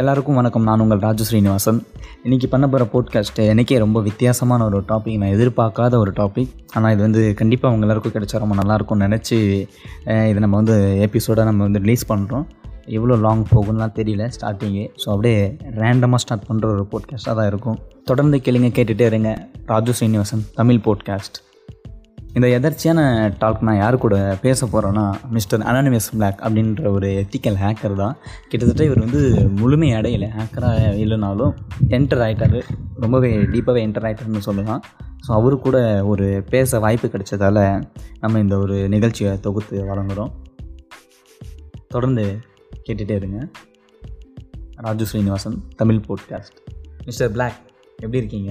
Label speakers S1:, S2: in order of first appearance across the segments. S1: எல்லாருக்கும் வணக்கம் நான் உங்கள் ராஜு ஸ்ரீனிவாசன் இன்றைக்கி பண்ண போகிற போட்காஸ்ட்டு எனக்கே ரொம்ப வித்தியாசமான ஒரு டாபிக் நான் எதிர்பார்க்காத ஒரு டாபிக் ஆனால் இது வந்து கண்டிப்பாக அவங்க எல்லாருக்கும் கிடைச்சா ரொம்ப நல்லாயிருக்கும்னு நினச்சி அஹ், இது நம்ம வந்து எபிசோடாக நம்ம வந்து ரிலீஸ் பண்ணுறோம் எவ்வளோ லாங் போகும்லாம் தெரியல ஸ்டார்டிங்கு ஸோ அப்படியே ரேண்டமாக ஸ்டார்ட் பண்ணுற ஒரு போட்காஸ்ட்டாக தான் இருக்கும் தொடர்ந்து கேளுங்க கேட்டுகிட்டே இருங்க ராஜு ஸ்ரீனிவாசன் தமிழ் போட்காஸ்ட் இந்த எதர்ச்சியான டாக் நான் யார் கூட பேச போகிறேன்னா மிஸ்டர் அனானிமஸ் பிளாக் அப்படின்ற ஒரு எத்திக்கல் ஹேக்கர் தான் கிட்டத்தட்ட இவர் வந்து முழுமை அடையலை ஹேக்கராக இல்லைனாலும் என்டர் ஆகிட்டாரு ரொம்பவே டீப்பாகவே என்டர் ஆகிட்டாருன்னு சொல்லலாம் ஸோ அவரு கூட ஒரு பேச வாய்ப்பு கிடைச்சதால நம்ம இந்த ஒரு நிகழ்ச்சியை தொகுத்து வழங்குகிறோம் தொடர்ந்து கேட்டுகிட்டே இருங்க Raju Srinivasan Tamil podcast mister black எப்படி இருக்கீங்க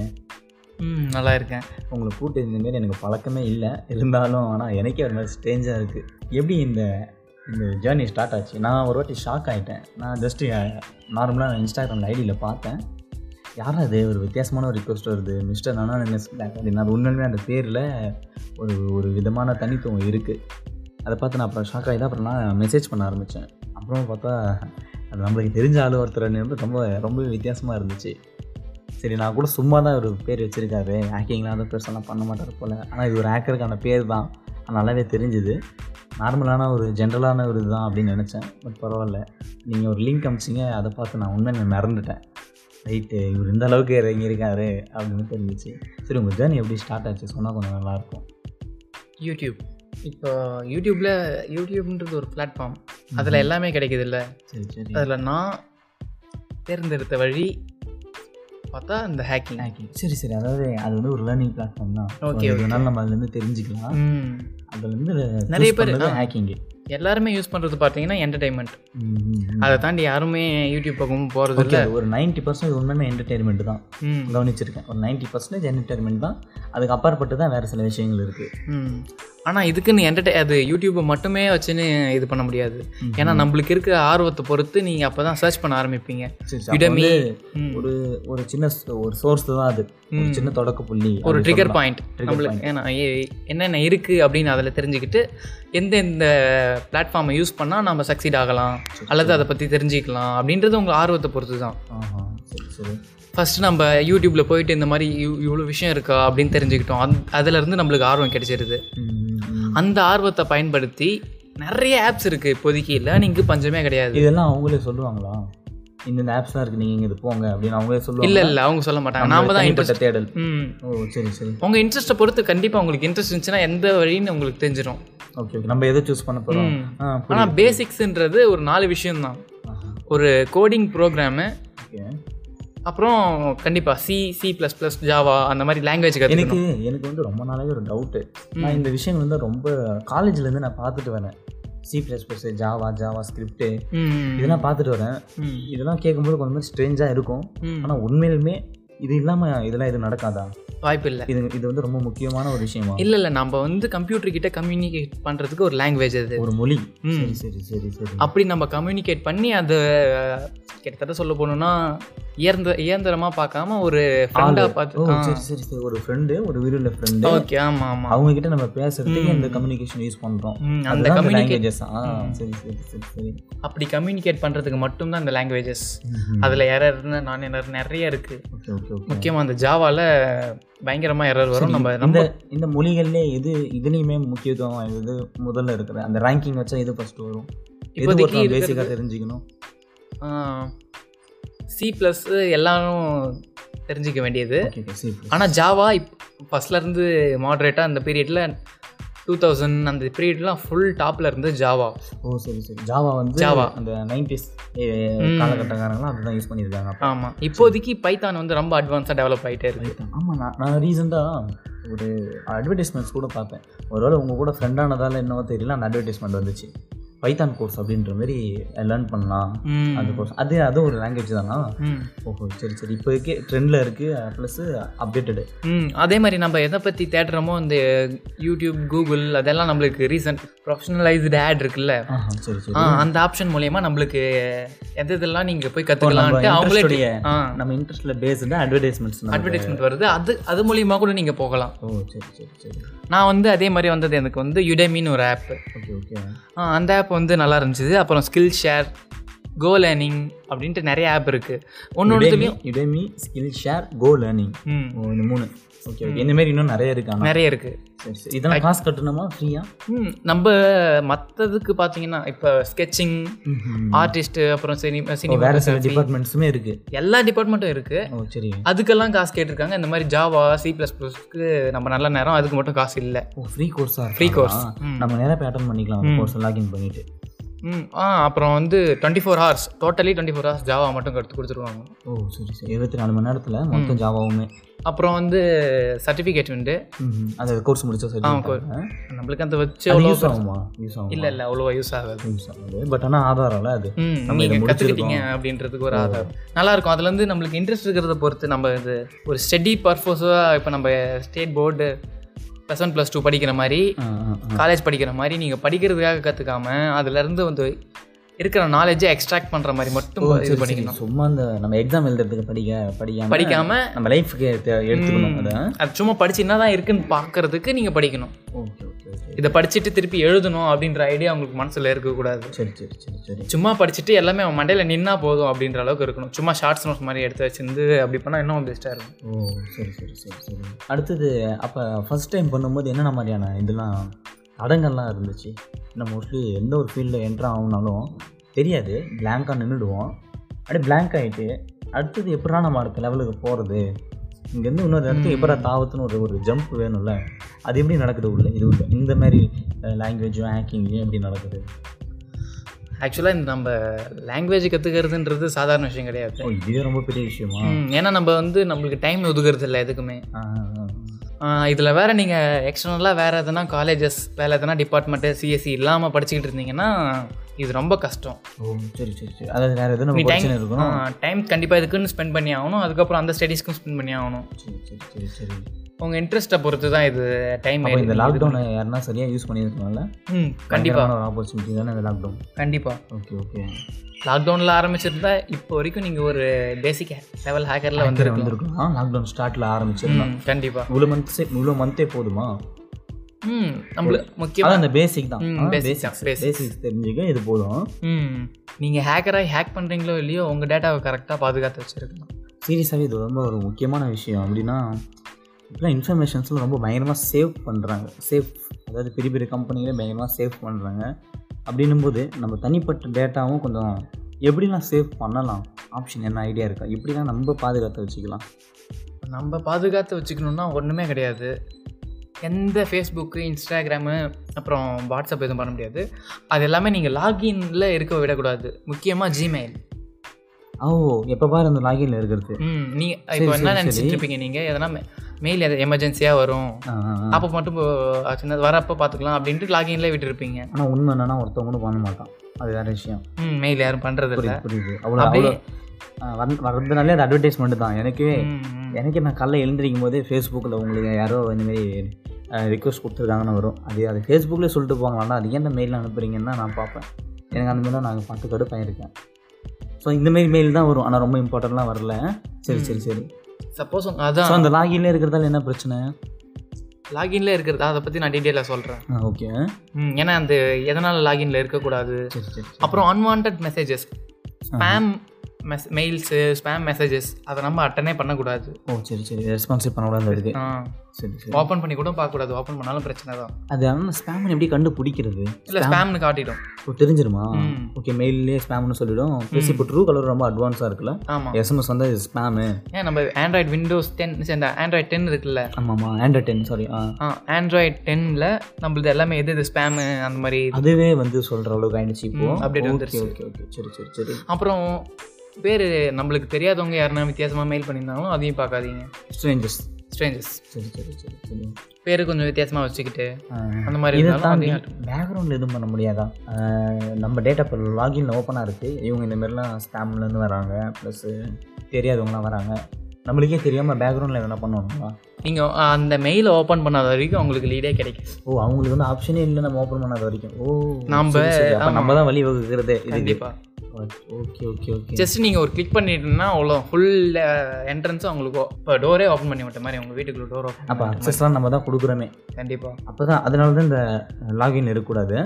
S2: ம் நல்லா இருக்கேன்
S1: உங்களை கூட்டு இந்தமாரி எனக்கு பழக்கமே இல்லை இருந்தாலும் ஆனால் எனக்கே ஒரு மாதிரி ஸ்ட்ரேஞ்சாக இருக்குது எப்படி இந்த இந்த ஜேர்னி ஸ்டார்ட் ஆச்சு நான் ஒரு வாட்டி ஷாக் ஆகிட்டேன் நான் ஜஸ்ட்டு நார்மலாக நான் இன்ஸ்டாகிராமில் ஐடியில் பார்த்தேன் யாரா அது ஒரு வித்தியாசமான ஒரு ரிக்வஸ்ட் வருது மிஸ்டர் நானா மிஸ் பிளாக் அப்படின்னு அது உண்மையுமே அந்த பேரில் ஒரு ஒரு விதமான தனித்துவம் இருக்குது அதை பார்த்து நான் அப்புறம் ஷாக் ஆகிதான் அப்புறம் நான் மெசேஜ் பண்ண ஆரம்பித்தேன் அப்புறம் பார்த்தா அது நம்மளுக்கு தெரிஞ்ச ஆள் ஒருத்தர் வந்து ரொம்ப ரொம்ப வித்தியாசமாக இருந்துச்சு சரி நான் கூட சும்மா தான் ஒரு பேர் வச்சுருக்காரு ஹேக்கிங்லாம் அந்த பெருசெல்லாம் பண்ண மாட்டார் போல் ஆனால் இது ஒரு ஹேக்கருக்கான பேர் தான் அது நல்லாவே தெரிஞ்சுது நார்மலான ஒரு ஜென்ரலான ஒரு இதுதான் அப்படின்னு நினச்சேன் பட் பரவாயில்ல நீங்கள் ஒரு லிங்க் அமிச்சிங்க அதை பார்த்து நான் உண்மையில மறந்துட்டேன் ரைட்டு இவர் இந்த அளவுக்கு இறங்கி இருக்காரு அப்படின்னு தெரிஞ்சிச்சு சரி உங்கள் ஜேர்னி எப்படி ஸ்டார்ட் ஆச்சு சொன்னால் கொஞ்சம் நல்லாயிருக்கும்
S2: யூடியூப் இப்போ யூடியூப்பில் யூடியூப்ன்றது ஒரு பிளாட்ஃபார்ம் அதில் எல்லாமே கிடைக்குதுல்ல
S1: சரி சரி
S2: அதில் நான் தேர்ந்தெடுத்த வழி பார்த்தா இந்த ஹேக்கிங்
S1: ஹேக்கிங் சரி சரி அதாவது அது வந்து ஒரு லேர்னிங் பிளாட்ஃபார்ம் தான்
S2: Okay,
S1: ஓகே இதனால் நம்ம அதுலேருந்து தெரிஞ்சுக்கலாம்
S2: ம்
S1: அதுலேருந்து
S2: நிறைய பேர், ஆ.
S1: ஹேக்கிங்கு
S2: எல்லாருமே யூஸ் பண்ணுறது பார்த்தீங்கன்னா என்டர்டைன்மெண்ட் அதை தாண்டி யாருமே யூடியூப் பக்கமும் போகிறது
S1: ஓகே
S2: இல்லை
S1: ஒரு 90% பர்சன்ட் உண்மையான என்டர்டெயின்மெண்ட் தான்
S2: ம்
S1: கவனிச்சிருக்கேன் ஒரு 90% பர்சன்டேஜ் என்டர்டெயின்மெண்ட் தான் அதுக்கு அப்பாற்பட்டு தான் வேறு சில விஷயங்கள் இருக்குது
S2: ம் ஆனால் இதுக்குன்னு என்டர்டை அது யூடியூப்பை மட்டுமே வச்சுன்னு இது பண்ண முடியாது
S1: ம்ஹும்.
S2: ஏன்னா நம்மளுக்கு இருக்க ஆர்வத்தை பொறுத்து நீங்கள் அப்போ தான் சர்ச் பண்ண ஆரம்பிப்பீங்க
S1: சரி சரி, அப்ப
S2: Udemy.
S1: வந்து
S2: ம்.
S1: ஒரு ஒரு சின்ன ஸ்- ஒரு சோர்ஸ் தான் அது ஒரு சின்ன தொடக்க புள்ளி
S2: ஒரு ட்ரிகர் பாயிண்ட்
S1: Trigger
S2: நம்மளுக்கு ஏன்னா ஏ- என்னென்ன இருக்குது அப்படின்னு அதில் தெரிஞ்சுக்கிட்டு எந்தெந்த பிளாட்ஃபார்மை யூஸ் பண்ணால் நம்ம சக்சீட் ஆகலாம் அல்லது அதை பற்றி தெரிஞ்சுக்கலாம் அப்படின்றது உங்கள் ஆர்வத்தை பொறுத்து தான்
S1: ஆஹா சரி சரி
S2: ஃபஸ்ட்டு நம்ம யூடியூப்பில் போயிட்டு இந்த மாதிரி இவ்- இவ்வளோ விஷயம் இருக்கா அப்படின்னு தெரிஞ்சுக்கிட்டோம் அந் அதுலேருந்து நம்மளுக்கு ஆர்வம் கிடைச்சிருது
S1: ம், ம்.
S2: அந்த ஆர்வத்தை பயன்படுத்தி நிறைய ஆப்ஸ் இருக்குது இப்போதைக்கு லேர்னிங்க்கு பஞ்சமே கிடையாது
S1: இதெல்லாம் அவங்களே சொல்லுவாங்களா இந்த ஆப்ஸ்லாம் இருக்குது நீங்கள் இங்கே இது போங்க அப்படின்னு அவங்களே சொல்லுவாங்க
S2: இல்லை இல்லை அவங்க சொல்ல மாட்டாங்க நாம தான்
S1: தனிப்பட்ட தேடல்
S2: ம்
S1: ஓ சரி சரி
S2: உங்கள் இன்ட்ரெஸ்ட்டை பொறுத்து கண்டிப்பாக உங்களுக்கு இன்ட்ரெஸ்ட் இருந்துச்சுன்னா எந்த வழின்னு உங்களுக்கு தெரிஞ்சிடும்
S1: ஓகே ஓகே நம்ம எதை சூஸ் பண்ண போகிறோம்
S2: ம்.
S1: ஆ
S2: ஆனால் பேசிக்ஸ்ன்றது ஒரு நாலு விஷயம்தான்
S1: ஆஹா,
S2: ஒரு கோடிங் ப்ரோக்ராமு
S1: ஓகே
S2: அப்புறம் கண்டிப்பாக C C plus plus Java அந்த மாதிரி லாங்குவேஜ்
S1: எனக்கு
S2: கற்றுக்கணும்
S1: எனக்கு வந்து ரொம்ப நாளாவே ஒரு டவுட்டு நான் இந்த விஷயங்கள் வந்து ரொம்ப காலேஜ்ல இருந்து நான் பார்த்துட்டு வரேன் C plus plus Java JavaScript இதெல்லாம் பார்த்துட்டு வரேன் இதெல்லாம் கேட்கும்போது கொஞ்சம் ஸ்ட்ரேஞ்சாக இருக்கும் ஆனால் உண்மையிலுமே இது இல்லாமல் இதெல்லாம் இது நடக்காதா
S2: வாய்ப்பு இல்லை
S1: இது இது வந்து ரொம்ப முக்கியமான ஒரு விஷயமா
S2: இல்லை இல்லை நம்ம வந்து கம்ப்யூட்டர் கிட்ட கம்யூனிகேட் பண்ணுறதுக்கு ஒரு லாங்குவேஜ் அது
S1: ஒரு மொழி
S2: ம்.
S1: சரி சரி சரி சரி
S2: அப்படி நம்ம கம்யூனிகேட் பண்ணி அது அஹ், கிட்டத்தட்ட சொல்ல போனோம்னா இயந்திர இயந்திரமாக பார்க்காம ஒரு ஃப்ரெண்டாக
S1: ஓ
S2: பார்த்து
S1: சரி சரி சரி ஒரு ஃப்ரெண்டு ஒரு விரிவில் ஃப்ரெண்டு
S2: ஓகே ஆமாம் ஆமாம்
S1: அவங்க கிட்ட நம்ம பேசுறதுக்கு இந்த கம்யூனிகேஷன் யூஸ் பண்றோம் அதுதான்
S2: அந்த
S1: அந்த
S2: கம்யூனிகேட்
S1: லாங்குவேஜஸ் ஆ சரி சரி சரி சரி
S2: அப்படி கம்யூனிகேட் பண்ணுறதுக்கு மட்டும்தான் இந்த லாங்குவேஜஸ் அதில் எரர்னு நான் எரர் நிறைய இருக்குது
S1: ஓகே ஓகே ஓகே
S2: முக்கியமாக அந்த ஜாவால பயங்கரமாக எரர் வரும் நம்ம
S1: இந்த
S2: நம்ம
S1: இந்த மொழிகள்லே எது இதுலேயுமே முக்கியத்துவம் இது முதல்ல இருக்குது அந்த ரேங்கிங் வச்சா இது ஃபர்ஸ்ட் வரும் எது
S2: இப்போதைக்கு
S1: ஒருத்தன் பேசிக்காக
S2: இருக்கிறது-
S1: தெரிஞ்சுக்கணும்
S2: சி ப்ளஸ் எல்லாரும் தெரிஞ்சிக்க வேண்டியது
S1: ஓகே ஓகே சரி
S2: ஆனால் ஜாவா ஃபஸ்ட்ல இருந்து மாடரேட்டாக அந்த பீரியடில் டூ தௌசண்ட் அந்த பீரியட்லாம் ஃபுல் டாப்ல இருந்து ஜாவா
S1: ஓ சரி சரி ஜாவா வந்து
S2: Java.
S1: அந்த நைன்டிஸ் காலகட்டக்காரங்களாம் அதுதான் யூஸ் பண்ணியிருக்காங்க அப்ப.
S2: ஆமாம் இப்போதைக்கு பைத்தான் வந்து ரொம்ப அட்வான்ஸாக டெவலப் ஆகிட்டே இருக்கு
S1: ஆமா நான் நான் ரீசெண்டாக ஒரு அட்வர்டைஸ்மெண்ட்ஸ் கூட பார்த்தேன் ஒருவேளை உங்கள் கூட ஃப்ரெண்டானதால என்னவோ தெரியல அந்த அட்வர்டைஸ்மெண்ட் வந்துச்சு பைத்தான் கோர்ஸ் அப்படின்ற மாதிரி லேர்ன் பண்ணலாம்
S2: ம்.
S1: அந்த கோர்ஸ் அது அதுவும் ஒரு லாங்குவேஜ் தானா
S2: ம்
S1: ஓஹோ சரி சரி இப்போதைக்கு ட்ரெண்டில் இருக்குது ப்ளஸ் அப்டேட்டடு
S2: ம் அதே மாதிரி நம்ம எதை பற்றி தேடுறோமோ இந்த யூடியூப் கூகுள் அதெல்லாம் நம்மளுக்கு ரீசன்ட் ப்ரொஃபஷனலைஸ்டு ஆட் இருக்குல்ல
S1: ஆஹா, சரி சரி
S2: ஆ அந்த ஆப்ஷன் மூலயமா நம்மளுக்கு எது இதெல்லாம் நீங்கள் போய்
S1: நம்ம
S2: கற்றுக்கலான்ட்டு அவங்களே
S1: interest உடைய-
S2: ஆ
S1: நம்ம இன்ட்ரெஸ்ட்ல பேஸ்டு அட்வர்டைஸ்மெண்ட்ஸ்
S2: அட்வர்டைஸ்மெண்ட் வருது அது அது மூலியமாக கூட நீங்கள் போகலாம்
S1: ஓ சரி சரி சரி
S2: நான் வந்து அதே மாதிரி வந்தது எனக்கு வந்து யுடமின்னு ஒரு ஆப்
S1: ஓகே ஓகே
S2: அந்த ஆப் வந்து நல்லா இருந்துச்சு அப்புறம் ஸ்கில் ஷேர் கோ லேர்னிங் அப்படின்ட்டு நிறைய ஆப் இருக்குது ஒன்று ஒன்றுத்துலேயும்
S1: Udemy Skillshare go learning
S2: ம்
S1: இந்த மூணு ஓகே ஓகே இந்த மாதிரி இன்னும் நிறைய இருக்கு ஆனால்
S2: நிறைய இருக்குது
S1: சரி சரி இதெல்லாம் காசு கட்டணுமா ஃப்ரீயா
S2: ம் நம்ம மற்றதுக்கு பார்த்தீங்கன்னா இப்போ ஸ்கெட்சிங் ஆர்டிஸ்ட் அப்புறம் சினிமா சினிமா
S1: வேற சில டிபார்ட்மெண்ட்ஸுமே இருக்கு
S2: எல்லா டிபார்ட்மெண்ட்டும் இருக்குது
S1: ஓ சரி
S2: அதுக்கெல்லாம் காசு கேட்டிருக்காங்க இந்த மாதிரி ஜாவா சி ப்ளஸ் ப்ளஸ்க்கு நம்ம நல்ல நேரம் அதுக்கு மட்டும் காசு இல்லை
S1: ஓ ஃப்ரீ கோர்ஸா
S2: Free course. ம்.
S1: நம்ம நேரா போய் அட்டன் பண்ணிக்கலாம் கோர்ஸ் லாகின் பண்ணிட்டு
S2: ம் ஆ அப்புறம் வந்து twenty four hours totally twenty four hours Java மட்டும் கற்று கொடுத்துருவாங்க
S1: ஓ சரி சரி இருபத்தி நாலு மணி நேரத்துல மொத்தம் ஜாவாவுமே
S2: அப்புறம் வந்து சர்டிஃபிகேட் உண்டு
S1: ம்ஹும். அது கோர்ஸ் முடிச்சா சரி
S2: ஆமா, course. நம்மளுக்கு அந்த வச்சு
S1: அது
S2: அவ்வளோ
S1: யூஸ் ஆகுமா யூஸ் ஆகும்
S2: இல்லை இல்லை அவ்வளோவா யூஸ் ஆகாது
S1: யூஸ் ஆகுது பட் ஆனால் ஆதாரம்ல அது
S2: ம்
S1: நம்ம இதை
S2: நீங்கள்
S1: முடிச்சிருக்கோம்
S2: கற்றுக்கிட்டீங்க அப்படின்றதுக்கு ஒரு ஆதாரம் நல்லா இருக்கும் அதுலேருந்து நம்மளுக்கு இன்ட்ரெஸ்ட் இருக்கிறத பொறுத்து நம்ம இது ஒரு ஸ்டடி பர்பஸாக இப்போ நம்ம state board plus one plus two படிக்கிற மாதிரி
S1: ஆ, ஆ, ஆ.
S2: காலேஜ் படிக்கிற மாதிரி நீங்கள் படிக்கிறதுக்காக கற்றுக்காம அதுலேருந்து வந்து இருக்கிற நாலேஜை எக்ஸ்ட்ராக்ட் பண்ணுற மாதிரி மட்டும் இது
S1: சரி,
S2: பண்ணிக்கணும்
S1: சும்மா அந்த நம்ம எக்ஸாம் எழுதுறதுக்கு படிக்க படிக்காம
S2: படிக்காம
S1: நம்ம லைஃப்க்கு எடுத்துக்கணும் அதை
S2: அது சும்மா படிச்சு என்ன தான் இருக்குன்னு பார்க்கறதுக்கு நீங்கள் படிக்கணும்
S1: ஓகே ஓகே ஓகே
S2: இதை படிச்சுட்டு திருப்பி எழுதணும் அப்படின்ற ஐடியா உங்களுக்கு மனசில் இருக்கக்கூடாது
S1: சரி சரி சரி சரி
S2: சும்மா படிச்சுட்டு எல்லாமே அவன் மண்டையில் நின்னா போதும் அப்படின்ற அளவுக்கு இருக்கணும் சும்மா ஷார்ட்ஸ் நோட்ஸ் மாதிரி எடுத்து வச்சிருந்து அப்படி பண்ணால் இன்னும் பெஸ்ட்டாக இருக்கும்
S1: ஓ சரி சரி சரி சரி அடுத்தது அப்போ ஃபர்ஸ்ட் டைம் பண்ணும்போது என்னென்ன மாதிரியான இதெல்லாம் தடங்கள்லாம் இருந்துச்சு நம்ம மோஸ்ட்லி எந்த ஒரு ஃபீல்டில் என்ட்ரு ஆகுனாலும் தெரியாது பிளாங்காக நின்றுடுவோம் அப்படியே blank ஆகிட்டு அடுத்தது எப்படா நம்ம அடுத்த லெவலுக்கு போகிறது இங்கேருந்து இன்னொரு இடத்துக்கு எப்படா தாவத்துன்னு ஒரு ஒரு ஜம்ப் வேணும்ல அது எப்படி நடக்குது உள்ள இது உள்ள இந்த மாதிரி லாங்குவேஜும் ஹேக்கிங்கும் எப்படி நடக்குது
S2: ஆக்சுவலாக இந்த நம்ம லாங்குவேஜ் கற்றுக்கிறதுன்றது சாதாரண விஷயம் கிடையாது
S1: ஓ இதுவே ரொம்ப பெரிய விஷயமா
S2: ம், ஏன்னா நம்ம வந்து நம்மளுக்கு டைம் ஒதுக்குறது இல்லை எதுக்குமே
S1: ஆ, ஆ,
S2: இதில் வேறு நீங்கள் எக்ஸ்டர்னலாக வேறு எதனா காலேஜஸ் வேறு எதனா டிபார்ட்மெண்ட்டு சிஎஸ்சி இல்லாமல் E படிச்சுக்கிட்டு இருந்தீங்கன்னா இது ரொம்ப கஷ்டம்
S1: ஆ. ஓ சரி சரி சரி அதாவது வேறு எதுவும் நம்ம பிரச்சனை இருக்கணும்
S2: டைம் கண்டிப்பாக இதுக்குன்னு ஸ்பெண்ட் பண்ணி ஆகணும் அதுக்கப்புறம் அந்த ஸ்டடீஸ்க்கும் ஸ்பெண்ட் பண்ணி ஆகணும்
S1: சரி சரி சரி சரி
S2: உங்கள் இன்ட்ரெஸ்ட்டை பொறுத்து தான் இது டைம்
S1: அப்போ இந்த லாக்டவுனை யாருன்னா சரியாக யூஸ் பண்ணியிருக்கணும்ல
S2: ம் கண்டிப்பாக
S1: ஒரு ஆப்பர்ச்சுனிட்டி தானே இந்த லாக்டவுன்
S2: கண்டிப்பாக
S1: ஓகே ஓகே
S2: லாக்டவுனில் ஆரம்பிச்சிருந்தா இப்போ வரைக்கும் நீங்கள் ஒரு பேசிக் லெவல் ஹேக்கரில் வந்து
S1: வந்திருக்கலாம் லாக்டவுன் ஸ்டார்ட்டில் ஆரம்பிச்சிடலாம்
S2: கண்டிப்பாக
S1: இவ்வளோ மந்த்ஸ் இவ்வளோ மந்த்தே போதுமா
S2: ம் நம்மளுக்கு முக்கியமாக
S1: அதான் அந்த பேசிக் தான்
S2: ம், basic தான், basic.
S1: பேசிக்ஸ் தெரிஞ்சுக்க இது போதும்
S2: ம் நீங்கள் ஹேக்கராக ஹேக் பண்ணுறீங்களோ இல்லையோ உங்கள் டேட்டாவை கரெக்டாக பாதுகாத்து வச்சுருக்கலாம்
S1: சீரியஸாகவே இது ரொம்ப ஒரு முக்கியமான விஷயம் அப்படின்னா இப்போலாம் இன்ஃபர்மேஷன்ஸில் ரொம்ப பயங்கரமாக சேவ் பண்ணுறாங்க சேஃப் அதாவது பெரிய பெரிய கம்பெனிகளே பயங்கரமாக சேவ் பண்ணுறாங்க அப்படின்னும்போது நம்ம தனிப்பட்ட டேட்டாவும் கொஞ்சம் எப்படிலாம் சேவ் பண்ணலாம் ஆப்ஷன் என்ன ஐடியா இருக்கா எப்படிலாம் நம்ம பாதுகாத்து வச்சுக்கலாம்
S2: இப்ப நம்ம பாதுகாத்து வச்சுக்கணுன்னா ஒன்றுமே கிடையாது எந்த ஃபேஸ்புக்கு இன்ஸ்டாகிராமு அப்புறம் வாட்ஸ்அப் எதுவும் பண்ண முடியாது அது எல்லாமே நீங்கள் லாகின்ல இருக்க விடக்கூடாது முக்கியமாக ஜிமெயில்
S1: ஓ எப்போ பாரு அந்த லாகின்ல இருக்கிறது
S2: ம் நீ இப்போ என்ன
S1: சரி,
S2: நினச்சிட்டு
S1: சரி.
S2: இருப்பீங்க நீங்கள் எதனா மெயில் எது எமர்ஜென்சியாக வரும்
S1: ஆ, ஆ, ஆ.
S2: அப்போ மட்டும் போ- சின்னது வரப்போ பார்த்துக்கலாம் அப்படின்ட்டு லாகின்ல விட்டுருப்பீங்க
S1: ஆனால் உண்மை என்னன்னா ஒருத்தவங்க கூட பண்ண மாட்டான் அது வேற விஷயம்
S2: ம் மெயில் யாரும் பண்ணுறது இல்லை
S1: புரியுது புரியுது அவ்வளோ
S2: அப்படியே
S1: அவ்வளோ ஆ, வந்- வர்றதுனாலே அது அட்வர்டைஸ்மெண்ட் தான் எனக்கே
S2: ம், ம்.
S1: எனக்கு நான் காலைல எழுந்திரிக்கும் போதே ஃபேஸ்புக்கில் உங்களுக்கு யாரோ இந்த மாதிரி ரிக்வஸ்ட் கொடுத்துருக்காங்கன்னு வரும் அது அது ஃபேஸ்புக்கில் சொல்லிட்டு போங்களாண்டா அது ஏன் மெயில் அனுப்புறீங்கன்னு தான் நான் பார்ப்பேன் எனக்கு அந்த மாதிரி நாங்கள் பார்த்து கடுப்பாக இருக்கேன் ஸோ இந்த மாதிரி மெயில் தான் வரும் ஆனால் ரொம்ப இம்பார்ட்டன்ட்லாம் வரல சரி சரி சரி
S2: சப்போஸ்
S1: ஸோ
S2: அதான்
S1: அந்த லாகின்ல இருக்கிறதால என்ன பிரச்சனை
S2: லாகின்ல இருக்கிறதா அதை பற்றி நான் டீட்டெயிலாக சொல்கிறேன்
S1: ஓகே
S2: ம் ஏன்னா அந்த எதனால் லாகின்ல இருக்கக்கூடாது
S1: சரி சரி
S2: அப்புறம் அன்வான்ட் மெசேஜஸ் ஸ்பேம் மெஸ் மெயில்ஸு ஸ்பேம் மெசேஜஸ் அதை நம்ம அட்டனே பண்ணக்கூடாது
S1: ஓ சரி சரி ரெஸ்பான்சிவ் பண்ணக்கூடாது இருக்கு சரி சரி
S2: ஓப்பன் பண்ணி கூட பார்க்கக்கூடாது ஓப்பன் பண்ணாலும் பிரச்சனை தான்
S1: அது ஆனால் ஸ்பேம் எப்படி கண்டுபிடிக்கிறது
S2: இல்லை ஸ்பேம்னு காட்டிடும்
S1: ஓ, தெரிஞ்சிருமா
S2: ம்.
S1: ஓகே மெயிலே ஸ்பேம்னு சொல்லிடும் ப்ளஸ் இப்போ ட்ரூ கலர் ரொம்ப அட்வான்ஸாக இருக்குல்ல
S2: ஆமாம்
S1: எஸ்எம்எஸ் வந்து ஸ்பேமு
S2: ஏன் நம்ம ஆண்ட்ராய்டு விண்டோஸ் டென் இந்த ஆண்ட்ராய்டு டென் இருக்குல்ல
S1: ஆமாம்மா ஆண்ட்ராய்ட் டென் சாரி ஆ
S2: ஆ ஆண்ட்ராய்டு டென்னில் நம்மளது எல்லாமே எது எது ஸ்பேமு அந்த மாதிரி இது.
S1: அதுவே வந்து சொல்கிற அளவுக்கு ஆயிடுச்சு இப்போ
S2: ம், update
S1: ஓகே,
S2: வந்துருச்சு.
S1: ஓகே ஓகே சரி சரி சரி
S2: அப்புறம் பேர் நம்மளுக்கு தெரியாதவங்க யாருன்னா வித்தியாசமாக மெயில் பண்ணியிருந்தாலும் அதையும் பார்க்காதீங்க
S1: ஸ்ட்ரேஞ்சஸ்
S2: ஸ்ட்ரேஞ்சஸ்
S1: சரி சரி சரி சரி
S2: பேர் கொஞ்சம் வித்தியாசமாக வச்சுக்கிட்டு
S1: ஆ.
S2: அந்த மாதிரி
S1: இதை
S2: இருந்தாலும்
S1: தாண்டி
S2: அதையும்
S1: பேக்ரவுண்டில் எதுவும் பண்ண முடியாதா ஆ, நம்ம டேட்டா இப்போ லாகின்ல ஓப்பனாக இருக்குது இவங்க இந்த மாதிரிலாம் ஸ்பேம்லேருந்து வராங்க ப்ளஸ் தெரியாதவங்களாம் வராங்க நம்மளுக்கே தெரியாமல் பேக்ரவுண்டில் எதனா பண்ணணுங்களா
S2: நீங்கள் அந்த மெயிலை ஓப்பன் பண்ணாத வரைக்கும் உங்களுக்கு லீடே கிடைக்கும்
S1: ஓ அவங்களுக்கு வந்து ஆப்ஷனே இல்லை நம்ம ஓப்பன் பண்ணாத வரைக்கும் ஓ
S2: நம்ம-
S1: சரி, சரி. அப்ப
S2: ஆமா.
S1: நம்ம தான் வழி வகுக்கிறது இதுக்கு
S2: கண்டிப்பாக
S1: oh okay okay okay
S2: just நீங்கள் ஒரு கிளிக் பண்ணிட்டீங்கன்னா அவ்வளோ ஃபுல் என்ட்ரன்ஸும் உங்களுக்கு இப்போ டோரே ஓப்பன் பண்ணி விட்ட மாதிரி உங்கள் வீட்டுக்குள்ள டோர் ஓப்பன்
S1: அப்போ அக்சஸ்லாம் நம்ம தான் கொடுக்குறோமே
S2: கண்டிப்பாக
S1: அப்போ தான் அதனால தான் இந்த லாகின் இருக்கக்கூடாது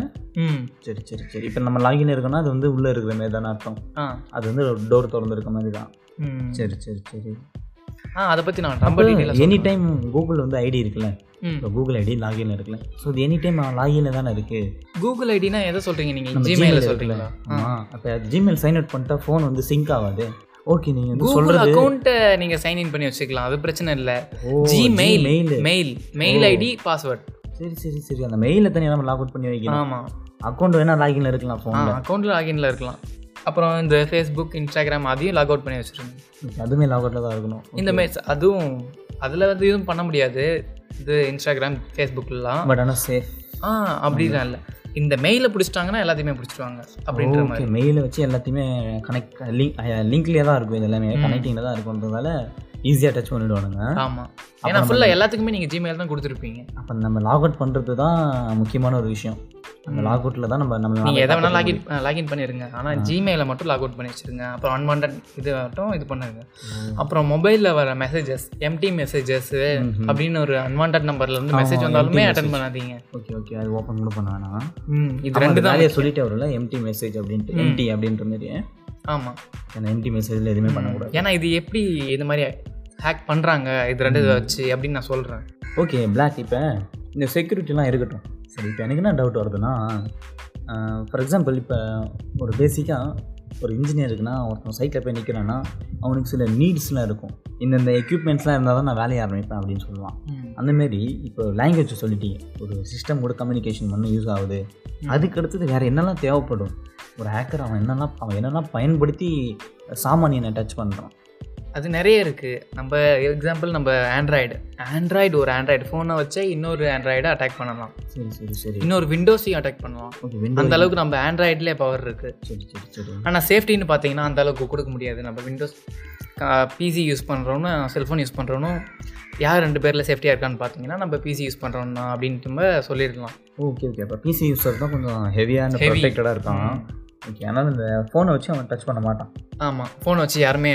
S2: ம்
S1: சரி சரி சரி இப்போ நம்ம லாகின் இருக்கோன்னா அது வந்து உள்ளே இருக்கிற மாதிரி தானே அர்த்தம்
S2: ஆ
S1: அது வந்து டோர் திறந்துருக்க மாதிரி தான்
S2: ம்
S1: சரி சரி சரி
S2: ஆ அதை பற்றி நான் ரொம்ப டீட்டெயிலாக
S1: எனி டைம் கூகுள் வந்து ஐடி இருக்குல்ல
S2: ம்
S1: இப்போ கூகுள் ஐடி லாகின் இருக்குல்ல ஸோ இது எனி டைம் லாகின்ல தானே இருக்குது
S2: கூகுள் ஐடினா எதை சொல்கிறீங்க நீங்கள்
S1: நம்ம
S2: ஜிமெயிலில்
S1: Gmail
S2: சொல்கிறீங்களா
S1: இருக்குல்ல? ஆமா. அப்ப ஜிமெயில் சைன் அவுட் பண்ணிட்டா ஃபோன் வந்து சிங்க் ஆகாது ஓகே நீங்க வந்து
S2: கூகுள்
S1: சொல்றது
S2: அக்கௌண்ட்டை நீங்கள் சைன்இன் பண்ணி வச்சுக்கலாம் அது பிரச்சனை இல்லை
S1: oh,
S2: Gmail
S1: Gmail.
S2: Mail mail ID password
S1: சரி சரி சரி அந்த மெயில தனியா நம்ம லாக் அவுட் பண்ணி வைக்கணும்
S2: ஆமாம்
S1: அக்கௌண்ட் வேணா லாகின்ல இருக்கலாம்
S2: ஆ
S1: ஃபோன்
S2: அக்கௌண்ட்டில் லாகின்ல இருக்கலாம் அப்புறம் இந்த ஃபேஸ்புக் இன்ஸ்டாகிராம் அதையும் லாக் அவுட் பண்ணி வச்சுருங்க
S1: அதுமே லாக் அவுட்ல தான் இருக்கணும்
S2: இந்த மேட்ச் அதுவும் அதில் வந்து எதுவும் பண்ண முடியாது இது இன்ஸ்டாகிராம் ஃபேஸ்புக்லாம்
S1: பட் ஆனா சேஃப்
S2: ஆ அப்படிலாம் இல்லை இந்த மெயிலை பிடிச்சிட்டாங்கன்னா எல்லாத்தையுமே பிடிச்சிடுவாங்க அப்படின்ற மாதிரி
S1: ஓகே மெயில வச்சு எல்லாத்தையுமே கனெக்ட் லிங்க் லிங்க்லயே தான் இருக்கும் இது எல்லாமே கனெக்டிங்ல தான் இருக்கும்ன்றதால ஈஸியா டச் பண்ணிடுவானுங்க
S2: ஆமாம் ஏன்னா ஃபுல்லாக எல்லாத்துக்குமே நீங்கள் ஜிமெயில் தான் கொடுத்துருப்பீங்க
S1: அப்ப நம்ம லாக் அவுட் பண்றது தான் முக்கியமான ஒரு விஷயம் அந்த லாக் அவுட்ல தான் நம்ம நம்ம
S2: நீங்கள் எதை வேணால் லாகின் லாகின் பண்ணிடுங்க ஆனால் ஜிமெயிலை மட்டும் லாக் அவுட் பண்ணி வச்சிருங்க அப்புறம் அன்வான்ட் இது ஆகட்டும் இது பண்ணுங்க அப்புறம் மொபைலில் வர மெசேஜஸ் எம்டி மெசேஜஸ் அப்படின்னு ஒரு அன்வான்ட் நம்பர்லேருந்து மெசேஜ் வந்தாலுமே அட்டன் பண்ணாதீங்க
S1: ஓகே ஓகே அது ஓபன் கூட பண்ண வேணாம்
S2: ம் இது
S1: ரெண்டு
S2: ரெண்டு தான்
S1: நிறைய சொல்லிட்டே வரும்ல எம்டி மெசேஜ் அப்படின்ட்டு எம்டி அப்படின்ற மாதிரி
S2: ஆமாம்
S1: ஏன்னா எம்டி மெசேஜில் எதுவுமே பண்ணக்கூடாது
S2: ஏன்னா இது எப்படி இந்த மாதிரி ஹேக் பண்ணுறாங்க இது ரெண்டு இதை வச்சு அப்படின்னு நான் சொல்கிறேன்
S1: ஓகே பிளாக் இப்போ இந்த செக்யூரிட்டிலாம் இருக்கட்டும் சரி இப்போ எனக்கு என்ன டவுட் வருதுன்னா ஃபார் எக்ஸாம்பிள் இப்போ ஒரு பேசிக்காக ஒரு இன்ஜினியருக்குன்னா ஒருத்தன் சைட்டில் போய் நிற்கிறான்னா அவனுக்கு சில நீட்ஸ்லாம் இருக்கும் இந்தந்த எக்யூப்மெண்ட்ஸ்லாம் இருந்தால் தான் நான் வேலையை ஆரம்பிப்பேன் அப்படின்னு சொல்லுவான் அந்த மாதிரி இப்போ லாங்குவேஜ் சொல்லிட்டீங்க ஒரு சிஸ்டம் கூட கம்யூனிகேஷன் பண்ண யூஸ் ஆகுது அதுக்கு அடுத்தது வேறு என்னெல்லாம் தேவைப்படும் ஒரு ஹேக்கர் அவன் என்னெல்லாம் அவன் என்னெல்லாம் பயன்படுத்தி சாமானியனை டச் பண்ணுறான்
S2: அது நிறைய இருக்குது நம்ம எக்ஸாம்பிள் நம்ம ஆண்ட்ராய்டு ஆண்ட்ராய்டு ஒரு ஆண்ட்ராய்டு ஃபோனை வச்சே இன்னொரு ஆண்ட்ராய்டை அட்டாக் பண்ணலாம்
S1: சரி சரி சரி
S2: இன்னொரு விண்டோஸையும் அட்டாக் பண்ணலாம்
S1: ஓகே விண்டோ
S2: அந்த அளவுக்கு நம்ம ஆண்ட்ராய்ட்லேயே பவர் இருக்குது
S1: சரி சரி சரி
S2: ஆனால் சேஃப்டின்னு பார்த்தீங்கன்னா அந்த அளவுக்கு கொடுக்க முடியாது நம்ம விண்டோஸ் பிசி யூஸ் பண்ணுறோன்னு செல்ஃபோன் யூஸ் பண்ணுறோன்னு யார் ரெண்டு பேரில் சேஃப்டியாக இருக்கான்னு பார்த்தீங்கன்னா நம்ம பிசி யூஸ் பண்ணுறோம்னா அப்படின்ட்டு நம்ம சொல்லியிருக்கலாம்
S1: ஓகே ஓகே அப்போ பிசி யூஸர் தான் கொஞ்சம் ஹெவியாக
S2: Heavy.
S1: ப்ரொடெக்டடாக இருக்கான் ஓகே ஆனால் இந்த ஃபோனை வச்சு அவன் டச் பண்ண மாட்டான்
S2: ஆமாம் ஃபோன் வச்சு யாருமே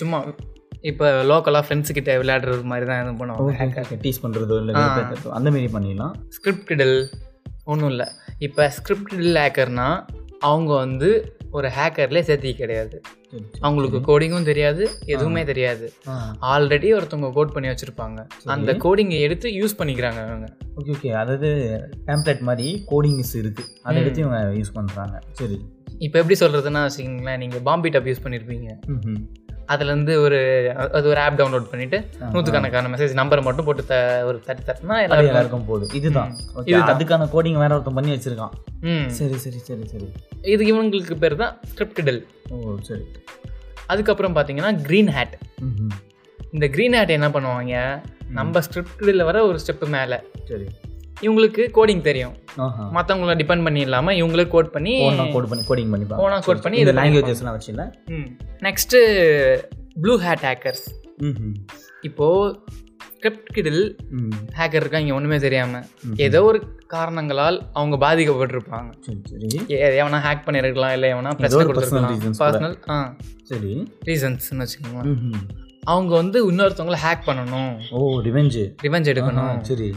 S2: சும்மா இப்போ லோக்கலாக ஃப்ரெண்ட்ஸ் கிட்ட விளையாடுறது மாதிரி தான் எதுவும் பண்ணுவாங்க
S1: ஓகே ஓகே டீஸ் பண்ணுறதோ இல்லை அந்த மாரி பண்ணிடலாம்
S2: ஸ்கிரிப்டிடல் ஒன்றும் இல்லை இப்போ ஸ்கிரிப்டிடல் ஹேக்கர்னா அவங்க வந்து ஒரு ஹேக்கர்லேயே சேர்த்தி கிடையாது
S1: சரி, சரி.
S2: அவங்களுக்கு கோடிங்கும் தெரியாது எதுவுமே தெரியாது
S1: ஆ
S2: ஆல்ரெடி ஒருத்தவங்க கோட் பண்ணி வச்சுருப்பாங்க அந்த கோடிங்கை எடுத்து யூஸ் பண்ணிக்கிறாங்க அவங்க
S1: ஓகே ஓகே அதாவது டேம்ப்ளேட் மாதிரி கோடிங்ஸ் இருக்குது அதை எடுத்து இவங்க யூஸ் பண்ணுறாங்க சரி
S2: இப்போ எப்படி சொல்கிறதுன்னா வச்சுக்கிங்களேன் நீங்கள் பாம்பி டாப் யூஸ் பண்ணியிருப்பீங்க
S1: ம்
S2: அதுலேருந்து ஒரு அது ஒரு ஆப் டவுன்லோட் பண்ணிவிட்டு நூற்றுக்கணக்கான மெசேஜ் நம்பரை மட்டும் போட்டு த ஒரு தட்டி தட்டினா எல்லாருக்கும்
S1: எல்லாருக்கும் போகுது இதுதான் ஓகே அதுக்கான கோடிங் வேற ஒருத்தன் பண்ணி வச்சிருக்கான்
S2: ம்
S1: சரி சரி சரி சரி
S2: இது இவங்களுக்கு பேர் தான் ஸ்கிரிப்டிடல்
S1: ஓ சரி
S2: அதுக்கப்புறம் பார்த்தீங்கன்னா க்ரீன் ஹேட்
S1: ம்
S2: இந்த க்ரீன் ஹேட் என்ன பண்ணுவாங்க நம்ம ஸ்கிரிப்டில் வர ஒரு ஸ்டெப் மேலே
S1: சரி
S2: இவங்களுக்கு கோடிங் தெரியும்
S1: ஆஹா
S2: மற்றவங்கள டிபெண்ட் பண்ணி இல்லாமல் இவங்களே கோட் பண்ணி
S1: ஃபோனாக கோட் பண்ணி கோடிங் பண்ணிப்பாங்க
S2: ஓனாக கோட் பண்ணி
S1: இந்த
S2: இது
S1: லாங்குவேஜஸ்லாம் வச்சுல
S2: நெக்ஸ்ட்டு ப்ளூ ஹேட் ஹேக்கர்ஸ்
S1: ம்
S2: இப்போது ஸ்கிரிப்டில்
S1: ம்
S2: ஹேக்கர் இருக்காங்க ஒன்றுமே தெரியாமல் ஏதோ ஒரு காரணங்களால் அவங்க பாதிக்கப்பட்டிருப்பாங்க
S1: சரி சரி
S2: எ- எவனா ஹேக் பண்ணியிருக்கலாம் இல்லை எவனா பிரச்சனை
S1: personal
S2: கொடுத்துருக்கலாம்
S1: reasons கூட.
S2: பர்சனல் ஆ
S1: சரி
S2: ரீசன்ஸ்னு வச்சுக்கோங்களேன்
S1: ம்ஹும்.
S2: அவங்க வந்து இன்னொருத்தவங்கள ஹேக் பண்ணணும்
S1: ஓ ரிவெஞ்சு
S2: ரிவெஞ்ச் எடுக்கணும்
S1: சரி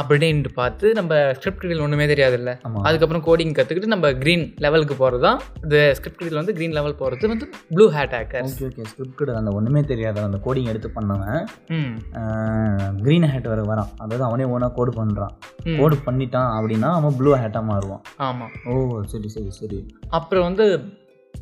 S2: அப்படின்ட்டு பார்த்து நம்ம ஸ்கிரிப்டில் ஒன்றுமே தெரியாதுல்ல
S1: ஆமா.
S2: அதுக்கப்புறம் கோடிங் கற்றுக்கிட்டு நம்ம க்ரீன் லெவலுக்கு போகிறது தான் இந்த ஸ்கிரிப்டில் வந்து க்ரீன் லெவல் போகிறது வந்து blue hat hacker
S1: okay okay script அந்த ஒன்றுமே தெரியாத அந்த கோடிங் எடுத்து பண்ணவன்
S2: ம்
S1: க்ரீன் ஹேட் வர வரான் அதாவது அவனே ஓனாக கோடு பண்ணுறான்
S2: ம்.
S1: கோடு பண்ணிட்டான் அப்படின்னா அவன் ப்ளூ ஹேட்டாக மாறுவான்
S2: ஆமாம்
S1: ஓ சரி சரி சரி
S2: அப்புறம் வந்து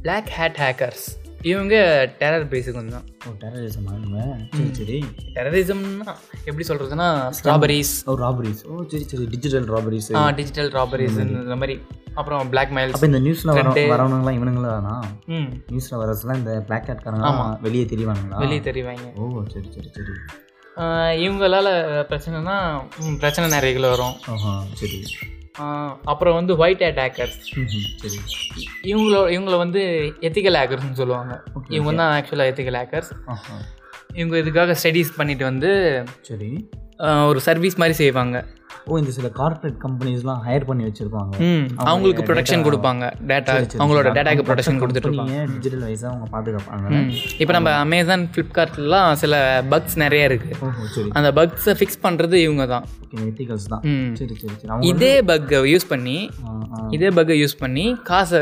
S2: Black ஹேட் ஹேக்கர்ஸ் இவங்க டெரர் பேஸுக்கு தான்
S1: ஓ டெரரிசம் ஆகுங்க சரி சரி
S2: டெரரிசம்னா எப்படி சொல்கிறதுனா ஸ்ட்ராபெரிஸ்
S1: ஓ ராபரிஸ் ஓ சரி சரி டிஜிட்டல் ராபரிஸ்
S2: டிஜிட்டல் ராபரிஸ் இந்த மாதிரி அப்புறம் பிளாக் மெயில்ஸ்
S1: அப்போ இந்த நியூஸில் வர வரவனுங்களாம் இவனுங்களும் தானா
S2: ம்
S1: நியூஸில் வரதுலாம் இந்த பிளாக் ஹேட்காரங்களாம் வெளியே தெரியவானுங்களா
S2: வெளியே தெரிவாங்க
S1: ஓ சரி சரி சரி
S2: ஆஹ் இவங்களால பிரச்சனைனா ம், பிரச்சனை நிறைகள் வரும்
S1: ஆஹா சரி
S2: ஆஹ் அப்புறம் வந்து ஒயிட் அட்டாக்கர்ஸ்
S1: ம்ஹும், சரி
S2: இவங்களோ இவங்கள வந்து எத்திக்கல் ஹேக்கர்ஸ்னு சொல்லுவாங்க இவங்க தான் ஆக்சுவலாக எத்திக்கல் ஹேக்கர்ஸ்
S1: ஆஹா
S2: இவங்க இதுக்காக ஸ்டடீஸ் பண்ணிட்டு வந்து
S1: சரி
S2: ஆஹ் ஒரு சர்வீஸ் மாதிரி செய்வாங்க
S1: ஓ இந்த சில கார்ப்பரேட் கம்பெனிஸ்லாம் ஹையர் பண்ணி வச்சுருப்பாங்க
S2: ம் அவங்களுக்கு ப்ரொடெக்ஷன் கொடுப்பாங்க டேட்டா அவங்களோட டேட்டாக்கு ப்ரொடெக்ஷன் கொடுத்துட்டு இருப்பாங்க
S1: நீங்கள் டிஜிட்டல் வைஸாக அவங்க பாதுகாப்பாங்க
S2: இப்போ நம்ம அமேசான் ஃப்ளிப்கார்ட்லாம் சில பக்ஸ் நிறைய இருக்குது
S1: ஓ சரி
S2: அந்த பக்ஸை ஃபிக்ஸ் பண்ணுறது இவங்க தான்
S1: ஓகே எத்திகல்ஸ் தான்
S2: ம்.
S1: சரி சரி சரி அவங்க
S2: இதே பக்கை யூஸ் பண்ணி
S1: ஆ, ஆ.
S2: இதே பக்கை யூஸ் பண்ணி காசை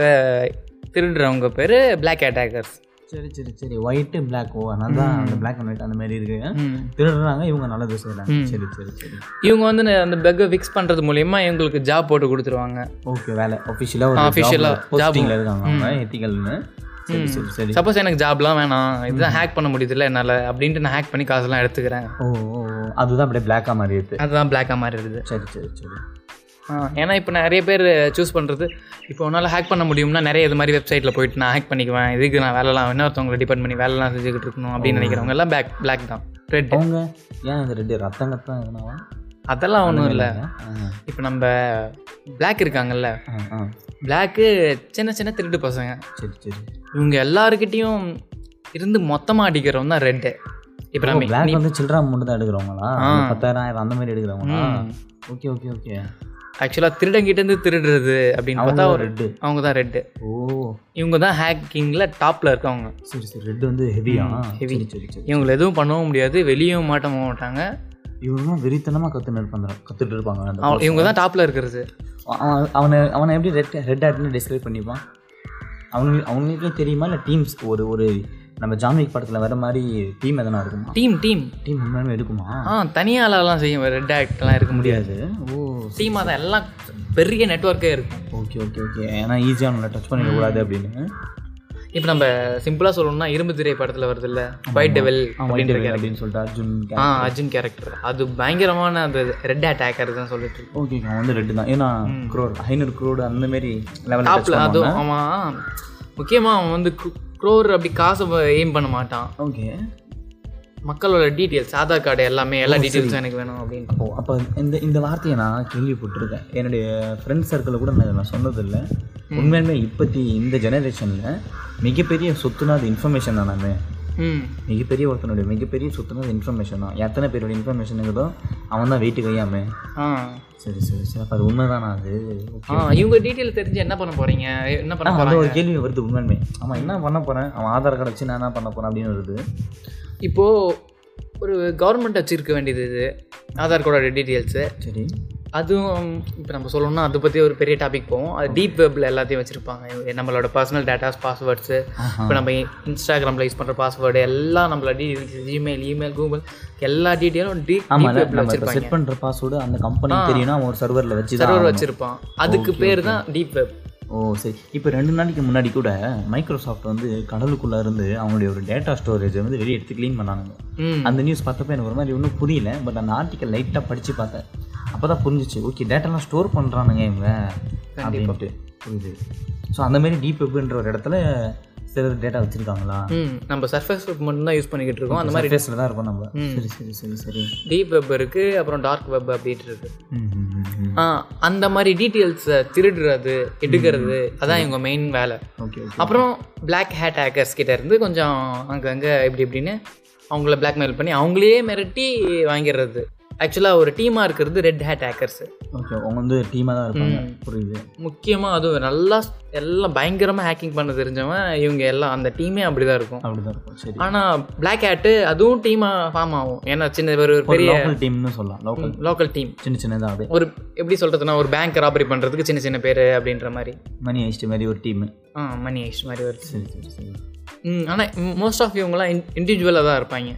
S2: திருடுறவங்க பேர் பிளாக் அட்டாக்கர்ஸ்
S1: சரி சரி சரி ஒயிட்டு பிளாக் ஓ அதனால தான் அந்த பிளாக் அண்ட் ஒயிட் அந்த மாதிரி இருக்கு திருடுறாங்க இவங்க நல்லது செய்கிறாங்க சரி சரி சரி
S2: இவங்க வந்து ந- அந்த பக்கை ஃபிக்ஸ் பண்ணுறது மூலயமா இவங்களுக்கு ஜாப் போட்டு கொடுத்துருவாங்க
S1: ஓகே வேலை ஒஃபிஷியலாக ஒரு
S2: official-ஆ, job.
S1: போஸ்டிங்கில் இருக்காங்க அவங்க எத்திகல்னு சரி சரி சரி
S2: சப்போஸ் எனக்கு ஜாப்லாம் வேணாம் இதுதான் ஹேக் பண்ண முடியுதுல்ல என்னால் அப்படின்ட்டு நான் ஹேக் பண்ணி காசெல்லாம் எடுத்துக்கிறேன்
S1: ஓ ஓ ஓ. அதுதான் அப்படியே பிளாக்காக மாதிரி இருக்கு
S2: அதுதான் பிளாக்காக மாறிடுது
S1: சரி சரி சரி
S2: ஆ, ஏன்னா இப்போ நிறைய பேர் சூஸ் பண்ணுறது இப்போ உன்னால் ஹேக் பண்ண முடியும்னா நிறைய இது மாதிரி வெப்சைட்டில் போயிட்டு நான் ஹேக் பண்ணிக்குவேன் இதுக்கு நான் வேலைலாம் இன்னொருத்தவங்களை டிபெண்ட் பண்ணி வேலைலாம் செஞ்சுக்கிட்டு இருக்கணும் அப்படின்னு நினைக்கிறவங்க எல்லாம் பேக் பிளாக் தான் ரெட்
S1: அவங்க ஏன் இந்த ரெண்டு ரத்தம் கத்தம் எதுனாவா
S2: அதெல்லாம் ஒன்றும் இல்லை
S1: ஆ,
S2: இப்போ நம்ம பிளாக் இருக்காங்கல்ல
S1: ஆ, ஆ.
S2: பிளாக்கு சின்ன சின்ன திருட்டு பசங்க
S1: சரி சரி
S2: இவங்க எல்லாருக்கிட்டேயும் இருந்து மொத்தமாக அடிக்கிறவங்க தான் ரெட்டு இப்போ நம்ம
S1: பிளாக் வந்து சில்லறா மட்டும் தான் எடுக்கிறவங்களா
S2: ஆ.
S1: பத்தாயிரம் ஆயிரம் அந்த மாதிரி எடுக்கிறவங்களா ஓகே ஓகே ஓகே
S2: ஆக்சுவலாக திருடங்கிட்டேருந்து திருடுறது அப்படின்னு பார்த்தா
S1: அவங்க
S2: ஒரு
S1: ரெட்டு
S2: அவங்க தான் ரெட்டு
S1: ஓ
S2: இவங்க தான் ஹேக்கிங்கில் டாப்பில் இருக்கவங்க
S1: சரி சரி ரெட் வந்து ஹெவியா
S2: heavy.
S1: சரி சரி சரி
S2: இவங்களை எதுவும் பண்ணவும் முடியாது வெளியவும் மாட்ட மாட்டாங்க
S1: இவங்க வெறித்தனமா கத்து நிற்பாங்க கத்துட்டு இருப்பாங்க அந்த
S2: அவ- இவங்க தான் டாப்பில் இருக்கிறது
S1: அவன் அவனை அவனை எப்படி ரெட் ரெட் ஆட்னு டிஸ்கிரைப் பண்ணிப்பான் அவனுக்கு அவங்களுக்கே தெரியுமா இல்லை டீம்ஸ் ஒரு ஒரு நம்ம ஜான்விக் படத்தில் வர மாதிரி டீம் எதனா இருக்குமா
S2: டீம் டீம்
S1: டீம் உண்மையுமே இருக்குமா
S2: ஆ தனியாலெல்லாம் செய்ய ரெட் ஆக்ட்லாம் இருக்க முடியாது
S1: முடியாது ஓ
S2: டீமாக தான் எல்லாம் பெரிய நெட்வொர்க்கே இருக்கும்
S1: ஓகே ஓகே ஓகே ஏன்னா ஈஸியாக நம்மளை டச் பண்ணிடக்கூடாது அப்படின்னு
S2: இப்போ நம்ம சிம்பிளாக சொல்லணும்னா இரும்பு திரை படத்தில் வருதுல்ல ஒயிட் டெவல்
S1: White
S2: அப்படின்ற
S1: Devil
S2: character.
S1: அப்படின்னு சொல்லிட்டு அர்ஜுன்
S2: ஆ அர்ஜுன் கேரக்டர் அது பயங்கரமான அந்த ரெட் அட்டாக்கர் தான் சொல்லிட்டு இருக்கு.
S1: ஓகே அவன் வந்து ரெட்டு தான் ஏன்னா குரோர் ஐநூறு குரோடு அந்த மாதிரி
S2: டாப்ல
S1: லெவலில்
S2: அதுவும் அவன் முக்கியமாக அவன் வந்து க்ரோர் அப்படி காசை எய்ம் பண்ண மாட்டான்
S1: ஓகே
S2: மக்களோட டீட்டெயில்ஸ் ஆதார் கார்டு எல்லாமே எல்லா டீட்டெயில்ஸும் எனக்கு வேணும் அப்படின்னு
S1: அப்போ அப்போ இந்த இந்த வார்த்தையை நான் கேள்விப்பட்டிருக்கேன் என்னுடைய ஃப்ரெண்ட்ஸ் சர்க்கிளில் கூட நான் இதை நான் சொன்னதில்லை உண்மையுமே இப்பத்தி இந்த ஜெனரேஷனில் மிகப்பெரிய சொத்துனா அது இன்ஃபர்மேஷன் தான் நான்
S2: ம்
S1: மிகப்பெரிய ஒருத்தனுடைய மிகப்பெரிய சொத்துனா அது இன்ஃபர்மேஷன் தான் எத்தனை பேரோட இன்ஃபர்மேஷனுக்குதோ அவன் தான் வெயிட்டு கையாமே
S2: ஆ
S1: சரி சரி சரி அப்போ அது உண்மைதானா அது
S2: ஆ இவங்க டீட்டெயில் தெரிஞ்சு என்ன பண்ண போறீங்க என்ன பண்ண
S1: அந்த
S2: போகிறாங்க
S1: ஒரு கேள்வி வருது உண்மையுமே ஆமாம் என்ன பண்ண போகிறேன் அவன் ஆதார் கார்டு வச்சு நான் என்ன பண்ண போகிறேன் அப்படின்னு வருது
S2: இப்போது ஒரு கவர்மெண்ட் வச்சுருக்க வேண்டியது இது ஆதார் கார்டோட டீட்டெயில்ஸு
S1: சரி
S2: அதுவும் இப்போ நம்ம சொல்லணும்னா அதை பற்றி ஒரு பெரிய டாபிக் போவோம் அது டீப் வெப்பில் எல்லாத்தையும் வச்சுருப்பாங்க நம்மளோட பர்சனல் டேட்டாஸ் பாஸ்வேர்ட்ஸு
S1: ஆஹா.
S2: இப்போ நம்ம இன்ஸ்டாகிராமில் யூஸ் பண்ணுற பாஸ்வேர்டு எல்லாம் நம்மளோட டீட்டெயில்ஸ் ஜிமெயில் இமெயில் கூகுள் எல்லா டீட்டெயிலும் டீப்
S1: ஆமாம்
S2: டீப் வெப்பில்
S1: நம்ம இப்போ
S2: வச்சுருப்பாங்க
S1: செட் பண்ணுற பாஸ்வேர்டு அந்த கம்பெனி தெரியும்னா அவன் ஒரு சர்வரில் வச்சு தான்
S2: சர்வர் வச்சுருப்பான் அதுக்கு பேர் தான் டீப் வெப்
S1: ஓ சரி இப்போ ரெண்டு நாளைக்கு முன்னாடி கூட மைக்ரோசாஃப்ட் வந்து கடலுக்குள்ளே இருந்து அவங்களுடைய ஒரு டேட்டா ஸ்டோரேஜை வந்து வெளியே எடுத்து க்ளீன் பண்ணானுங்க
S2: ம்
S1: அந்த நியூஸ் பார்த்தப்ப எனக்கு ஒரு மாதிரி ஒன்றும் புரியல பட் அந்த ஆர்டிக்கல் லைட்டாக படித்து பார்த்தேன் அப்போ தான் புரிஞ்சிச்சு ஓகே டேட்டாலாம் ஸ்டோர் பண்ணுறானுங்க இவங்க அப்படின்ட்டு புரியுது ஸோ அந்த மாதிரி டீப் வெப்ன்ற ஒரு இடத்துல சில டேட்டா வச்சுருக்காங்களா
S2: ம் நம்ம சர்ஃபேஸ் வெப் மட்டும்தான் யூஸ் பண்ணிக்கிட்டு இருக்கோம் அந்த மாதிரி
S1: ஃபேஸில் தான் இருக்கோம் நம்ம சரி சரி சரி சரி
S2: டீப் வெப் இருக்குது அப்புறம் டார்க் வெப் அப்படின்ட்டு இருக்கு
S1: ம், ம், ம், ம்.
S2: ஆ, அந்த மாதிரி டீட்டெயில்ஸை திருடுறது எடுக்கிறது அதான் இவங்க மெயின் வேலை
S1: ஓகே ஓகே
S2: அப்புறம் பிளாக் ஹேட் ஹேக்கர்ஸ் கிட்ட இருந்து கொஞ்சம் அங்கங்கே இப்படி இப்படின்னு அவங்கள blackmail பண்ணி அவங்களையே மிரட்டி வாங்கிடுறது ஆக்சுவலாக ஒரு டீமாக இருக்கிறது ரெட் ஹேட் ஹேக்கர்ஸ்
S1: ஓகே அவங்க வந்து டீமாக தான் இருப்பாங்க புரியுது
S2: முக்கியமாக அதுவும் நல்லா எல்லாம் பயங்கரமாக ஹேக்கிங் பண்ண தெரிஞ்சவன் இவங்க எல்லாம் அந்த டீமே அப்படி தான் இருக்கும்
S1: அப்படி தான் இருக்கும் சரி
S2: ஆனால் பிளாக் ஹேட்டு அதுவும் டீமாக ஃபார்ம் ஆகும் ஏன்னா சின்ன ஒரு
S1: ஒரு
S2: பெரிய
S1: லோக்கல் டீம்னு சொல்லலாம் லோக்கல்
S2: லோக்கல் டீம்
S1: சின்ன சின்னதாக அப்படியே
S2: ஒரு எப்படி சொல்கிறதுனா ஒரு பேங்க் ராபரி பண்ணுறதுக்கு சின்ன சின்ன பேர் அப்படின்ற மாதிரி
S1: மணி அடிச்சிட்டு மாதிரி ஒரு டீம்
S2: ஆ மணி ஐஸ் மாதிரி வருது
S1: சரி சரி சரி
S2: ம் ஆனால் மோஸ்ட் ஆஃப் இவங்கலாம் இண்டிவிஜுவலாக தான் இருப்பாங்க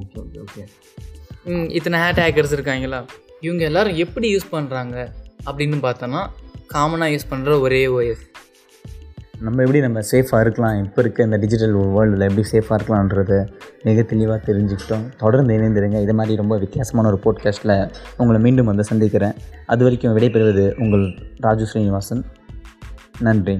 S1: ஓகே ஓகே ஓகே
S2: ம், இத்தனை ஹேட் ஹேக்கர்ஸ் இருக்காங்களா இவங்க எல்லாரும் எப்படி யூஸ் பண்ணுறாங்க அப்படின்னு பார்த்தோன்னா காமனாக யூஸ் பண்ணுற ஒரே ஓஎஸ்
S1: நம்ம எப்படி நம்ம சேஃபாக இருக்கலாம் இப்போ இருக்க இந்த டிஜிட்டல் வேர்ல்டில் எப்படி சேஃபாக இருக்கலாம்ன்றத மிக தெளிவாக தெரிஞ்சுக்கிட்டோம் தொடர்ந்து இணைந்திருங்க இது மாதிரி ரொம்ப வித்தியாசமான ஒரு போட்காஸ்ட்டில் உங்களை மீண்டும் வந்து சந்திக்கிறேன் அது வரைக்கும் விடைபெறுவது உங்கள் ராஜு ஸ்ரீனிவாசன் நன்றி